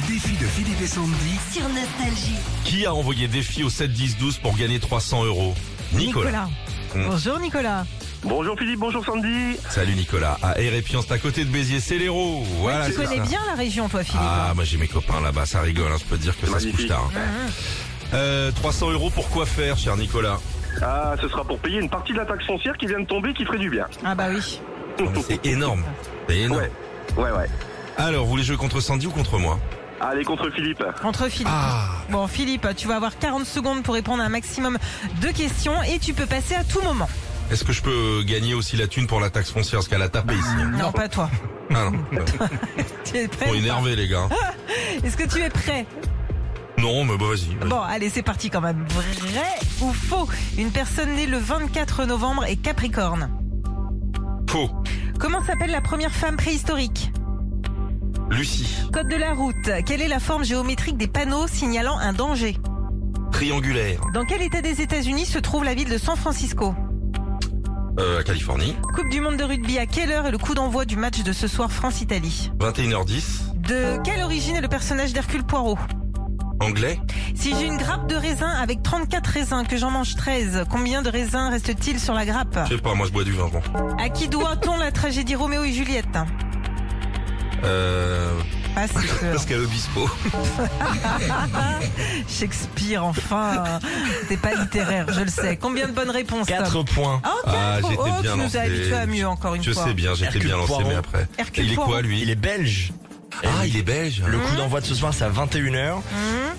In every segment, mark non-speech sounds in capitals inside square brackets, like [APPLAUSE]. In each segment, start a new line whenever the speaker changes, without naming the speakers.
Philippe et Sandy.
sur Nostalgie.
Qui a envoyé défi au 7-10-12 pour gagner 300 euros Nicolas. Mm.
Bonjour Nicolas.
Bonjour Philippe, bonjour Sandy.
Salut Nicolas. À Répion, c'est à côté de Béziers, c'est l'Hérault. Voilà,
tu
c'est
connais
ça.
bien la région toi Philippe.
Ah, moi j'ai mes copains là-bas, ça rigole, hein, je peux te dire que ça se
Magnifique.
couche tard. hein. Euh, 300 euros pour quoi faire, cher Nicolas
Ah, ce sera pour payer une partie de la taxe foncière qui vient de tomber, qui ferait du bien.
Ah bah oui.
Non, mais C'est énorme. C'est énorme.
Ouais, ouais, ouais.
Alors, vous voulez jouer contre Sandy ou contre moi
Allez, contre Philippe.
Entre Philippe.
Ah.
Bon Philippe, tu vas avoir 40 secondes pour répondre à un maximum de questions et tu peux passer à tout moment.
Est-ce que je peux gagner aussi la thune pour la taxe foncière Parce qu'elle a tapé ici. hein.
Non,
[LAUGHS]
pas toi.
Ah non.
[LAUGHS] Tu es prêt
Pour énerver les gars. hein.
Est-ce que tu es prêt
Non, mais bah vas-y. vas-y.
Bon, allez, c'est parti quand même. Vrai ou faux Une personne née le 24 novembre est Capricorne.
Faux.
Comment s'appelle la première femme préhistorique
Lucie.
Code de la route. Quelle est la forme géométrique des panneaux signalant un danger
Triangulaire.
Dans quel état des États-Unis se trouve la ville de San Francisco
Euh, Californie.
Coupe du monde de rugby, à quelle heure est le coup d'envoi du match de ce soir France-Italie
21h10.
De quelle origine est le personnage d'Hercule Poirot
Anglais.
Si j'ai une grappe de raisin avec 34 raisins, que j'en mange 13, combien de raisins reste-t-il sur la grappe
Je sais pas, moi je bois du vin. Bon.
À qui doit-on la tragédie Roméo et Juliette Ah,
Euh,
Pas
[LAUGHS]
sûr.
Pascal
[LAUGHS]
Obispo.
Shakespeare, enfin. T'es pas littéraire, je le sais. Combien de bonnes réponses Tom
Quatre points.
Oh, quatre
ah,
points.
j'étais
Oh,
bien
tu nous
lancé.
as habitués à mieux, encore une
Je
fois.
sais bien, j'étais
Hercule
bien lancé,
Poirot.
mais après.
Hercule
il est
Poirot.
quoi, lui
Il est belge.
Ah,
Et
il est Ah. belge.
Le coup d'envoi de ce soir, c'est à 21h.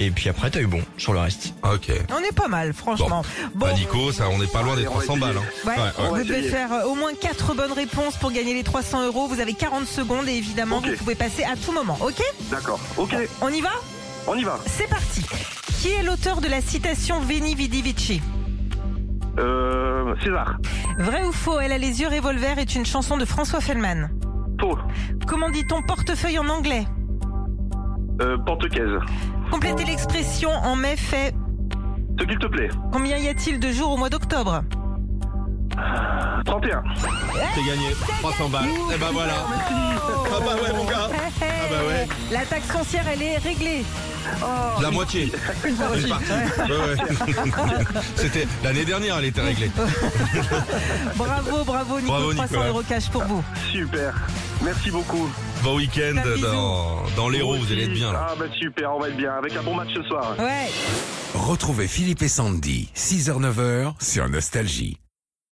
Et puis après, t'as eu bon sur le reste.
Ah, Ok.
Hmm, On est pas mal, franchement.
Bah, Nico, ça, on n'est pas loin des 300 balles. hein.
Ouais,
Ouais, ouais.
vous
ouais.
devez faire euh, au moins 4 bonnes réponses pour gagner les 300 euros. Vous avez 40 secondes et évidemment,
Ok.
vous pouvez passer à tout moment. Ok
D'accord. Ok,
On y va
on y va.
C'est parti. Qui est l'auteur de la citation Veni Vidi Vici
Euh, César.
Vrai ou faux Elle a les yeux revolver est une chanson de François Fellman.
Faux.
Comment dit-on portefeuille en anglais
Euh, Portecaise.
Complétez l'expression en mai fait.
Ce qu'il te plaît.
Combien y a-t-il de jours au mois d'octobre
31.
T'es gagné. 300 balles. Et ben
Oh.
voilà. Ah bah ouais, mon gars. Ah bah ouais.
La taxe foncière, elle est réglée.
Oh.
La
[LAUGHS]
moitié. Une partie. Ouais, ouais. C'était l'année dernière, elle était
[LAUGHS]
réglée.
Bravo, bravo, Nico.
Bravo,
300
Nicolas.
euros cash pour vous.
Super. Merci beaucoup.
Bon week-end
Un bisou.
dans, dans l'Hérault, vous allez être bien là.
Ah bah super, on va être bien. Avec un bon match ce soir.
Ouais.
Retrouvez Philippe et Sandy, 6h-9h sur Nostalgie.